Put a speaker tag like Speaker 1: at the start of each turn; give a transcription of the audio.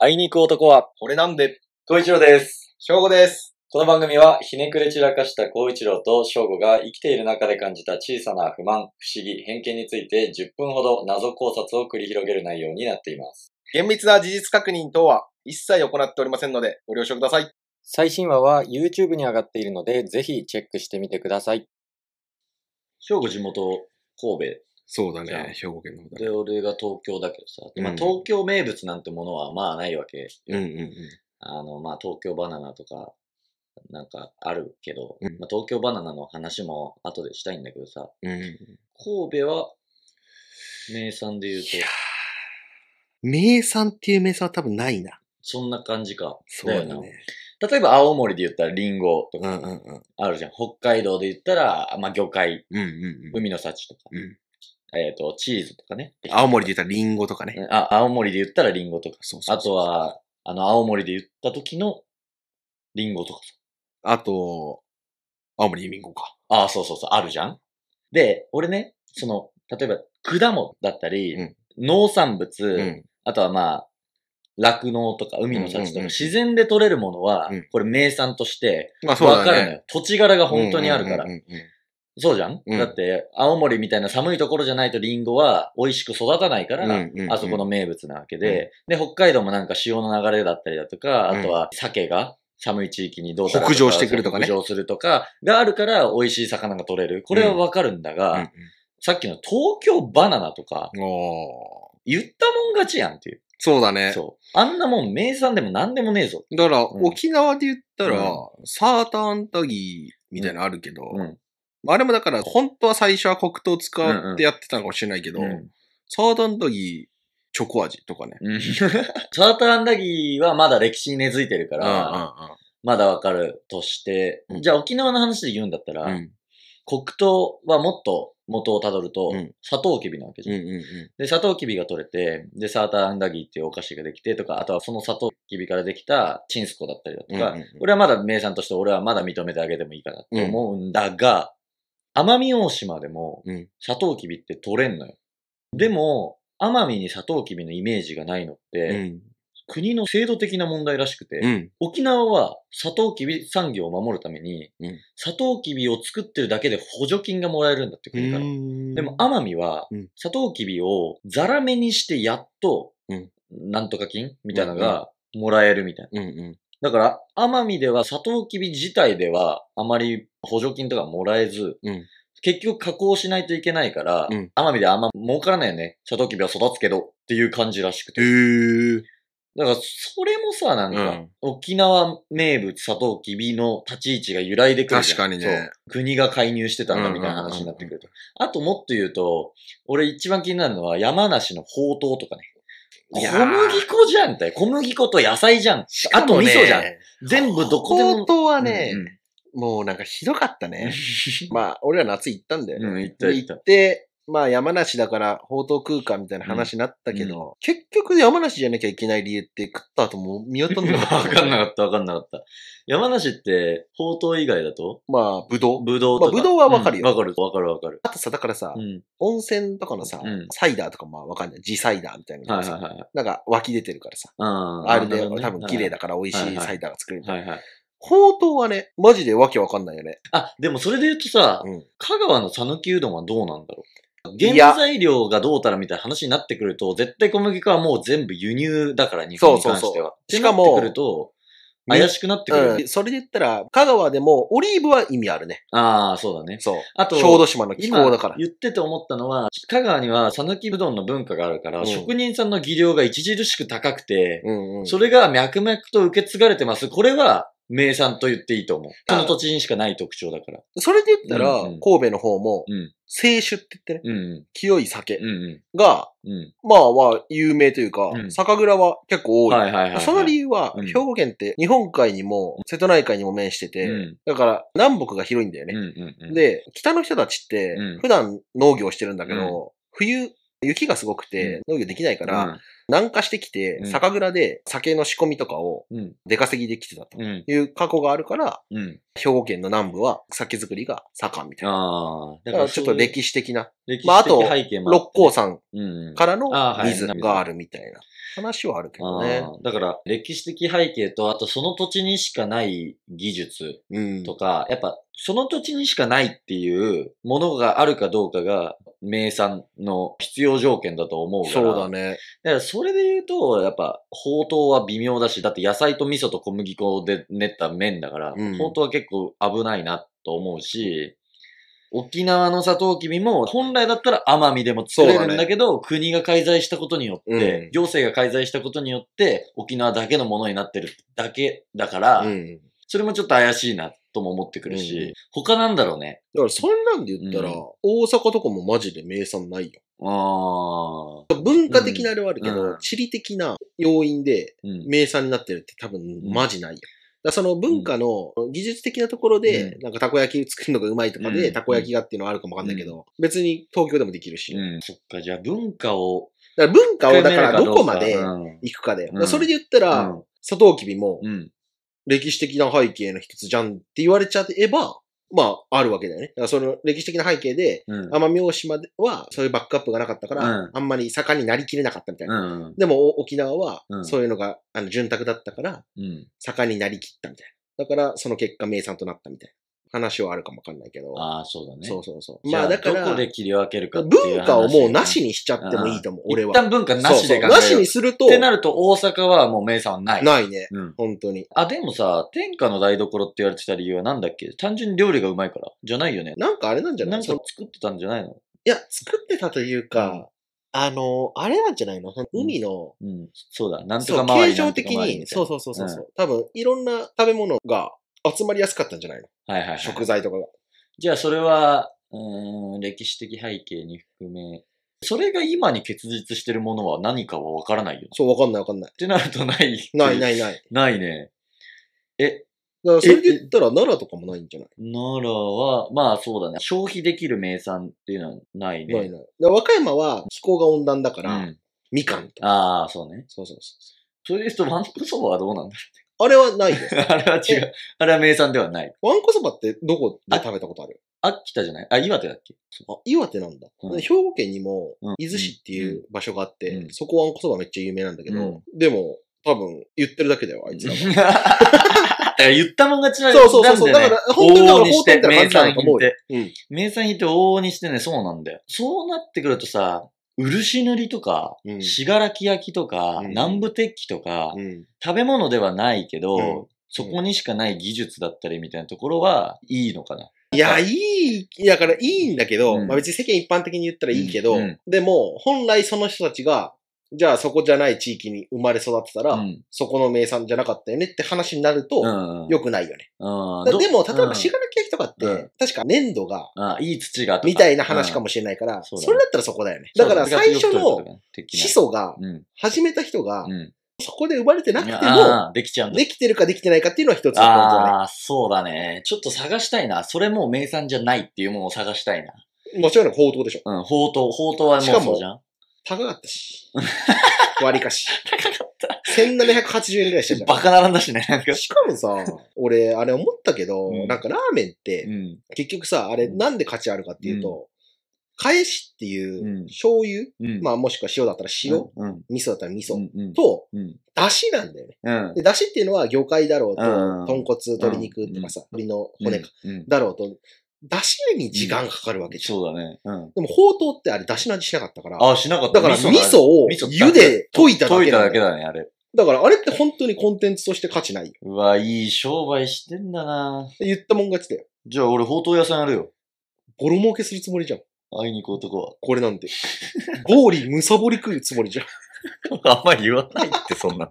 Speaker 1: あいに行く男は、
Speaker 2: これなんで、
Speaker 1: 孝一郎です。
Speaker 2: 正午です。
Speaker 1: この番組は、ひねくれ散らかした孝一郎と正吾が生きている中で感じた小さな不満、不思議、偏見について10分ほど謎考察を繰り広げる内容になっています。
Speaker 2: 厳密な事実確認等は一切行っておりませんので、ご了承ください。
Speaker 1: 最新話は YouTube に上がっているので、ぜひチェックしてみてください。正吾地元、神
Speaker 3: そうだ
Speaker 1: じゃあ
Speaker 3: ね、兵庫県の方
Speaker 1: 戸。
Speaker 3: だ
Speaker 1: で、。
Speaker 3: ね
Speaker 1: 俺が東京だけどさ、まあ、
Speaker 3: うん
Speaker 1: 東京名物なんてものはまあないわけ。
Speaker 3: うんう
Speaker 1: あの、まあ、東京バナナとか、なんかあるけど、
Speaker 3: うん
Speaker 1: まあ、東京バナナの話も後でしたいんだけどさ、
Speaker 3: んうん。う
Speaker 1: 神戸は、名産で言うと、
Speaker 3: ん。名産っていう名産は多分ないな。
Speaker 1: そんな感じか。
Speaker 3: そうだね。
Speaker 1: な。例えば青森で言ったらリンゴと
Speaker 3: うんうん
Speaker 1: か
Speaker 3: うん。うん
Speaker 1: あるじゃん。北海道で言ったら、まあ、魚介、
Speaker 3: うんうん。
Speaker 1: 海の幸とか、
Speaker 3: うん
Speaker 1: えっ、と、チーズとかね。
Speaker 3: 青森で言ったらリンゴとかね。
Speaker 1: あ、青森で言ったらリンゴとか。
Speaker 3: そうそうそ
Speaker 1: あと、
Speaker 3: う
Speaker 1: は、あの、青森で言った時のリンゴとかさ。
Speaker 3: あと、青森リンゴか。
Speaker 1: ああ、そうそうそう、あるじゃん。で、俺ね、その、例えば、果物だったり、
Speaker 3: うん
Speaker 1: 農産物、
Speaker 3: うん。
Speaker 1: あとはまあ、酪農とか海の幸とか、
Speaker 3: うんうんうん
Speaker 1: 自然で取れるものは、
Speaker 3: うん
Speaker 1: これ名産として、
Speaker 3: まあそう
Speaker 1: わ
Speaker 3: だ
Speaker 1: かるのよ、
Speaker 3: ね。
Speaker 1: 土地柄が本当にあるから。
Speaker 3: うんうんうんうん
Speaker 1: そうじゃん、
Speaker 3: うん
Speaker 1: だって、青森みたいな寒いところじゃないとリンゴは美味しく育たないから、
Speaker 3: うんうんうん
Speaker 1: あそこの名物なわけで、で、北海道もなんか潮の流れだったりだとか、
Speaker 3: うん
Speaker 1: あとは鮭が寒い地域にどうたらとか
Speaker 3: 北上してくるとかね
Speaker 1: 北上するとか、があるから美味しい魚が取れる。これはわかるんだが、
Speaker 3: うん
Speaker 1: さっきの東京バナナとか、
Speaker 3: うん。おー
Speaker 1: 言ったもん勝ちやんっていう。
Speaker 3: そうだね。
Speaker 1: そう。あんなもん名産でも何でもねえぞ。
Speaker 3: だから、
Speaker 1: うん
Speaker 3: 沖縄で言ったら
Speaker 1: う、
Speaker 3: サーターアンタギーみたいなのあるけど、
Speaker 1: うん。
Speaker 3: あれもだから、本当は最初は黒糖使ってやってたのかもしれないけど、
Speaker 1: うん
Speaker 3: サーターアンタギーチョコ味とかね。
Speaker 1: うん サーターアンダギーはまだ歴史に根付いてるか
Speaker 3: うん
Speaker 1: ら、まだわかるとして、
Speaker 3: うん
Speaker 1: じゃあ沖縄の話で言うんだったら、
Speaker 3: うんうん。うん
Speaker 1: 黒糖はもっと元をたどると、
Speaker 3: うん
Speaker 1: サトウキビなわけじ
Speaker 3: う
Speaker 1: ゃ
Speaker 3: ん
Speaker 1: ん。
Speaker 3: う
Speaker 1: で、サトウキビが取れて、で、サーターアンダギーっていうお菓子ができてとか、あとはそのサトウキビからできたチンスコだったりだとか、
Speaker 3: うんうんうん
Speaker 1: これはまだ名産として俺はまだ認めてあげてもいいかなと思うんだが、奄美大島でも
Speaker 3: うん、
Speaker 1: サトウキビって取れんのよ。でも、奄美にサトウキビのイメージがないのって、
Speaker 3: ん。うん。
Speaker 1: 国の制度的な問題らしくて、
Speaker 3: うん。
Speaker 1: 沖縄はサトウキビ産業を守るために、
Speaker 3: うん
Speaker 1: サトウキビを作ってるだけで補助金がもらえるんだって国から。で
Speaker 3: で
Speaker 1: も、奄美は
Speaker 3: うん、
Speaker 1: サトウキビをザラメにしてやっと
Speaker 3: うん、
Speaker 1: なんとか金みたいなのがもらえるみたい
Speaker 3: うんうん。
Speaker 1: な。だから、奄美ではサトウキビ自体ではあまり補助金とかもらえず、
Speaker 3: うん
Speaker 1: 結局加工しないといけないから、
Speaker 3: うん
Speaker 1: 奄美であんま儲からないよね。サトウキビは育つけどっていう感じらしくて。
Speaker 3: へえ。
Speaker 1: だから、それもさ、なんか、
Speaker 3: うん
Speaker 1: 沖縄名物サトウキビの立ち位置が揺らいでくるじゃん。
Speaker 3: 確かに
Speaker 1: そ
Speaker 3: ね
Speaker 1: う。国が介入してたんだみたいな話になってくると。あともっと言うと、俺一番気になるのは山梨のほうとうとかね。
Speaker 3: いや
Speaker 1: 小
Speaker 3: ー
Speaker 1: 麦粉じゃんって。小麦粉と野菜じゃん。あと味噌じゃん。全部どこでも。
Speaker 3: 本当は
Speaker 1: うん
Speaker 3: ね、
Speaker 1: うん
Speaker 3: もうなんかひどかったね。まあ、俺ら夏行ったんだ よね。
Speaker 1: うん行った
Speaker 3: で
Speaker 1: 行った
Speaker 3: 行って、まあ山梨だから、宝刀空間みたいな話になったけど、結局山梨じゃなきゃいけない理由って食った後も見当たんなか
Speaker 1: わ
Speaker 3: った。
Speaker 1: かんなかった、わかんなかった。山梨って、ほうとう以外だと
Speaker 3: まあ、ぶどう。
Speaker 1: ぶどうとか。
Speaker 3: まあぶどうはわかるよ
Speaker 1: うんわ、かる、わかる、わかる。
Speaker 3: あとさ、だからさ、
Speaker 1: うん。
Speaker 3: 温泉とかのさ、
Speaker 1: うん
Speaker 3: サイダーとかもわかんない。地サイダーみたいな
Speaker 1: は
Speaker 3: の
Speaker 1: い
Speaker 3: さ、
Speaker 1: はいはい。
Speaker 3: なんか湧き出てるからさ。
Speaker 1: うん。
Speaker 3: あれで、
Speaker 1: なるほどね
Speaker 3: 多分綺麗だから美味
Speaker 1: は
Speaker 3: し
Speaker 1: い
Speaker 3: い
Speaker 1: はい
Speaker 3: サイダーが作れる。
Speaker 1: はいはい。
Speaker 3: ほうとうはね、マジでわけわかんないよね。
Speaker 1: あ、でもそれで言うとさ、
Speaker 3: うん
Speaker 1: 香川の讃岐うどんはどうなんだろう原
Speaker 3: いや
Speaker 1: 材料がどうたらみたいな話になってくると、絶対小麦粉はもう全部輸入だから、日本に関しては。
Speaker 3: そうそうそう
Speaker 1: って
Speaker 3: しかも
Speaker 1: なってくると、怪しくなってくるよね。
Speaker 3: うん。それで言ったら、香川でもオリーブは意味あるね。
Speaker 1: ああ、そうだね。
Speaker 3: そう。
Speaker 1: あと
Speaker 3: 小豆島の気
Speaker 1: 今
Speaker 3: 候だから。
Speaker 1: 言ってて思ったのは、香川には讃岐うどんの文化があるから、
Speaker 3: うん
Speaker 1: 職人さんの技量が著しく高くて、
Speaker 3: うんうん。
Speaker 1: それが脈々と受け継がれてます。これは名産と言っていいと思う。
Speaker 3: あ
Speaker 1: その土地にしかない特徴だから。
Speaker 3: それで言ったら、
Speaker 1: うんうん
Speaker 3: 神戸の方も、
Speaker 1: うん。
Speaker 3: 清酒って言ってね、
Speaker 1: うんう
Speaker 3: 清い酒
Speaker 1: ん。うん
Speaker 3: が、
Speaker 1: うん。うん。
Speaker 3: まあまあ、有名というか、
Speaker 1: うん
Speaker 3: 酒蔵は結構多い。
Speaker 1: はいはいはいはい。
Speaker 3: その理由は、
Speaker 1: うん
Speaker 3: 兵庫県って日本海にも、瀬戸内海にも面してて、
Speaker 1: うん
Speaker 3: だから南北が広いんだよね。
Speaker 1: うんうんうん、
Speaker 3: で、北の人たちって
Speaker 1: うん、
Speaker 3: 普段農業してるんだけど、冬、雪がすごくて、農業できないから、
Speaker 1: うん
Speaker 3: 南下してきて
Speaker 1: う、ん
Speaker 3: 酒蔵で酒の仕込みとかを
Speaker 1: うん。
Speaker 3: 出稼ぎできてたと
Speaker 1: うん。
Speaker 3: いう過去があるから、
Speaker 1: うん。
Speaker 3: 兵庫県の南部は酒造りが盛んみたいな。
Speaker 1: ああ。だ
Speaker 3: だからちょっと歴史的な、
Speaker 1: 歴史的
Speaker 3: まああと
Speaker 1: 背景もあ
Speaker 3: 六
Speaker 1: って
Speaker 3: 甲山
Speaker 1: うん。
Speaker 3: からの
Speaker 1: あーはい
Speaker 3: 水があるみたいな話はあるけどね
Speaker 1: あ。ーだから、歴史的背景と、あとその土地にしかない技術
Speaker 3: うん。
Speaker 1: とか、やっぱ、その土地にしかないっていうものがあるかどうかが、名産の必要条件だと思うから。
Speaker 3: そうだね。
Speaker 1: だからそれで言うと、やっぱ、ほうとうは微妙だし、だって野菜と味噌と小麦粉で練った麺だから、
Speaker 3: うん
Speaker 1: ほうとうは結構危ないなと思うし、沖縄のサトウキビも、本来だったら奄美でも作れ
Speaker 3: そう
Speaker 1: る
Speaker 3: だ
Speaker 1: ん
Speaker 3: ね
Speaker 1: だけど、国が介在したことによって、
Speaker 3: うん
Speaker 1: 行政が介在したことによって、沖縄だけのものになってるだけだから、
Speaker 3: うん。
Speaker 1: それもちょっと怪しいなとも思ってくるし、
Speaker 3: うん
Speaker 1: 他なんだろうね。
Speaker 3: だからそんなんで言ったら、
Speaker 1: うん
Speaker 3: 大阪とかもマジで名産ないよ。
Speaker 1: あー
Speaker 3: 文化的なあれはあるけど、
Speaker 1: うんうん
Speaker 3: 地理的な要因で
Speaker 1: うん。
Speaker 3: 名産になってるって多分マジないよ。だからその文化の技術的なところで、
Speaker 1: う
Speaker 3: なんかたこ焼き作るのがうまいとかで、
Speaker 1: うん
Speaker 3: たこ焼きがっていうのはあるかもわかんないけど、別に東京でもできるし。
Speaker 1: うん、そっか、じゃあ文化を、
Speaker 3: だから文化をだからどこまで
Speaker 1: うん
Speaker 3: 行くかだよ。
Speaker 1: うん
Speaker 3: だからそれで言ったら、
Speaker 1: うん
Speaker 3: サトウキビも
Speaker 1: うん
Speaker 3: 歴史的な背景の一つじゃんって言われちゃえば、まあ、あるわけだよね。だからその歴史的な背景で、
Speaker 1: うん。
Speaker 3: 奄美大島ではそういうバックアップがなかったから、
Speaker 1: うん
Speaker 3: あんまり盛んになりきれなかったみたいな。
Speaker 1: うん。
Speaker 3: でもお沖縄は
Speaker 1: うん
Speaker 3: そういうのが、あの潤沢だったから
Speaker 1: うん。
Speaker 3: 盛んになりきったみたいな。だからその結果名産となったみたいな話はあるかもわかんないけど。
Speaker 1: ああ、そうだね。
Speaker 3: そうそうそう。
Speaker 1: じゃ
Speaker 3: まあ
Speaker 1: あ
Speaker 3: だか
Speaker 1: ど
Speaker 3: ら
Speaker 1: こで切り分けるかっていう
Speaker 3: 文化をもうなし
Speaker 1: に
Speaker 3: にしちゃってもいいと思う、俺は。
Speaker 1: 一旦文化なしで考えよう
Speaker 3: そうそうなしにすると
Speaker 1: っ、てなると大阪はもう名産はない。
Speaker 3: ないね。
Speaker 1: うん。
Speaker 3: 本当に。
Speaker 1: あ、でもさ、天下の台所って言われてた理由はなんだっけ単純に料理がうまいから。じゃないよね。
Speaker 3: なんかあれなんじゃな
Speaker 1: ないんか
Speaker 3: その
Speaker 1: 作ってたんじゃないの
Speaker 3: いや、作ってたというか、
Speaker 1: うん
Speaker 3: あの、あれなんじゃないのその海の、
Speaker 1: うん。そうだ。なんと
Speaker 3: そ
Speaker 1: か
Speaker 3: う、
Speaker 1: 周り
Speaker 3: 形状的
Speaker 1: なんとか周りみ
Speaker 3: に、
Speaker 1: たい
Speaker 3: そう
Speaker 1: な
Speaker 3: そうそうそう、う多分、いろんな食べ物が集まりやすかったんじゃないの
Speaker 1: はいはいはい。
Speaker 3: 食材とかが。
Speaker 1: じゃあそれは、うーん、歴史的背景に含め、それが今に結実してるものは何かはわからないよな。っ
Speaker 3: そう、わかんないわかんない。
Speaker 1: てなるとない。。
Speaker 3: ないないいない。
Speaker 1: ないね。え、
Speaker 3: だからそれで言ったら奈良とかもないんじゃない
Speaker 1: 奈良は、まあそうだね。消費できる名産っていうのはないね。
Speaker 3: ないない。だから和歌山は気候が温暖だから、
Speaker 1: うん。
Speaker 3: みかんとか。
Speaker 1: ああ、そうね。
Speaker 3: そうそうそ
Speaker 1: それで言うと、わんこそばはどう なんだ
Speaker 3: う。あれはないよ。
Speaker 1: あれは違う。あれは名産ではない。
Speaker 3: わんこそばってどこで食べたことある
Speaker 1: 秋田じゃないあ、岩手だっけ
Speaker 3: あ、岩手なんだ。
Speaker 1: うん
Speaker 3: で兵庫県にも
Speaker 1: うん、
Speaker 3: 伊豆市っていう場所があって、
Speaker 1: うん
Speaker 3: そこわんこそばめっちゃ有名なんだけど、
Speaker 1: う
Speaker 3: でも、多分、言ってるだけだよ、あいつらは。
Speaker 1: だから言ったもん勝ちな
Speaker 3: そうそうそうそう。
Speaker 1: なん
Speaker 3: だ
Speaker 1: だ
Speaker 3: か
Speaker 1: よね
Speaker 3: ら、本当にだ
Speaker 1: 往
Speaker 3: から、
Speaker 1: 々にして
Speaker 3: みたいな
Speaker 1: 名
Speaker 3: 感じな
Speaker 1: 産
Speaker 3: のと
Speaker 1: 品っ
Speaker 3: 思うよ
Speaker 1: て。
Speaker 3: うん。
Speaker 1: 名産品って往々にしてね、そうなんだよ。そうなってくるとさ、漆塗りとか
Speaker 3: う、ん
Speaker 1: 信楽焼きとか、
Speaker 3: うん
Speaker 1: 南部鉄器とか、
Speaker 3: うん。
Speaker 1: 食べ物ではないけど、
Speaker 3: うん
Speaker 1: そこにしかない技術だったりみたいなところはいいのかな。
Speaker 3: いや、いい、だからいいんだけど、
Speaker 1: うん
Speaker 3: まあ別に世間一般的に言ったらいいけど、
Speaker 1: うんうん
Speaker 3: でも、本来その人たちが、じゃあそこじゃない地域に生まれ育ってたら、
Speaker 1: うん。
Speaker 3: そこの名産じゃなかったよねって話になると、
Speaker 1: うんうん
Speaker 3: 良くないよね。
Speaker 1: うん
Speaker 3: だでも、例え
Speaker 1: うん
Speaker 3: ば、信楽焼きとかって、
Speaker 1: うん
Speaker 3: 確か粘土が、
Speaker 1: あいい土がとか
Speaker 3: みたいな話かもしれないから、
Speaker 1: ん
Speaker 3: そ
Speaker 1: そうだね
Speaker 3: れだったらそこだよね。
Speaker 1: そ
Speaker 3: だ
Speaker 1: う
Speaker 3: から最
Speaker 1: 部活
Speaker 3: 初の
Speaker 1: でよく取るとかね的な
Speaker 3: 始祖が、
Speaker 1: うん。
Speaker 3: 始めた人が、
Speaker 1: うん。
Speaker 3: そこで生まれてなくても、
Speaker 1: あーできちゃうんだ。
Speaker 3: できてるかできてないかっていうのは一つのポイントだ
Speaker 1: ああー、そうだね。ちょっと探したいな。それもう名産じゃないっていうものを探したいな。
Speaker 3: ね。もちろん宝刀でしょ。
Speaker 1: うん、ほうとう。ほうとうはもう
Speaker 3: しかも
Speaker 1: そうじゃん。
Speaker 3: 高かった し。割りかし。
Speaker 1: 高かった。
Speaker 3: 1780円ぐらいしてたじ
Speaker 1: バカ並んだしね、なんか
Speaker 3: ゃん。。しかもさ、俺、あれ思ったけど、
Speaker 1: うん
Speaker 3: なんかラーメンって、
Speaker 1: ん。
Speaker 3: 結局さ、あれなんで価値あるかっていうと、返しって
Speaker 1: う
Speaker 3: い
Speaker 1: ん
Speaker 3: う醤油、
Speaker 1: うん。
Speaker 3: まあもしくは塩だったら塩、
Speaker 1: うん。
Speaker 3: 味噌だったら味噌、
Speaker 1: うん。うん。
Speaker 3: と、
Speaker 1: うん。
Speaker 3: 出汁なんだよね。
Speaker 1: うん。
Speaker 3: で、出汁っていうのは魚介だろうと、
Speaker 1: うん
Speaker 3: 豚骨、鶏肉とかさ、鶏の骨か、
Speaker 1: うん。
Speaker 3: だろうと、出汁に時間かかるわけじゃん。
Speaker 1: そうだね。うん。
Speaker 3: でも、ほうとうってあれ出汁の味しなかったから、
Speaker 1: あ、しなかった。
Speaker 3: だから味噌
Speaker 1: を
Speaker 3: を
Speaker 1: 味噌だけ
Speaker 3: 茹で溶いただけ
Speaker 1: 解いた
Speaker 3: なん
Speaker 1: だ
Speaker 3: だ
Speaker 1: け
Speaker 3: よ
Speaker 1: だね、あれ。
Speaker 3: だからあれって本当にコンテンツとして価値ないよ。
Speaker 1: うわ、いい商売してんだな
Speaker 3: 言ったもん勝ちだよ。
Speaker 1: じゃあ俺、ほうとう屋さんやるよ。
Speaker 3: ボロ儲けするつもりじゃん。
Speaker 1: 会いに行く 男は。
Speaker 3: こ れなんて。ゴーリ、むさぼり食うつもりじゃん。
Speaker 1: あんまり言わないって、そんな。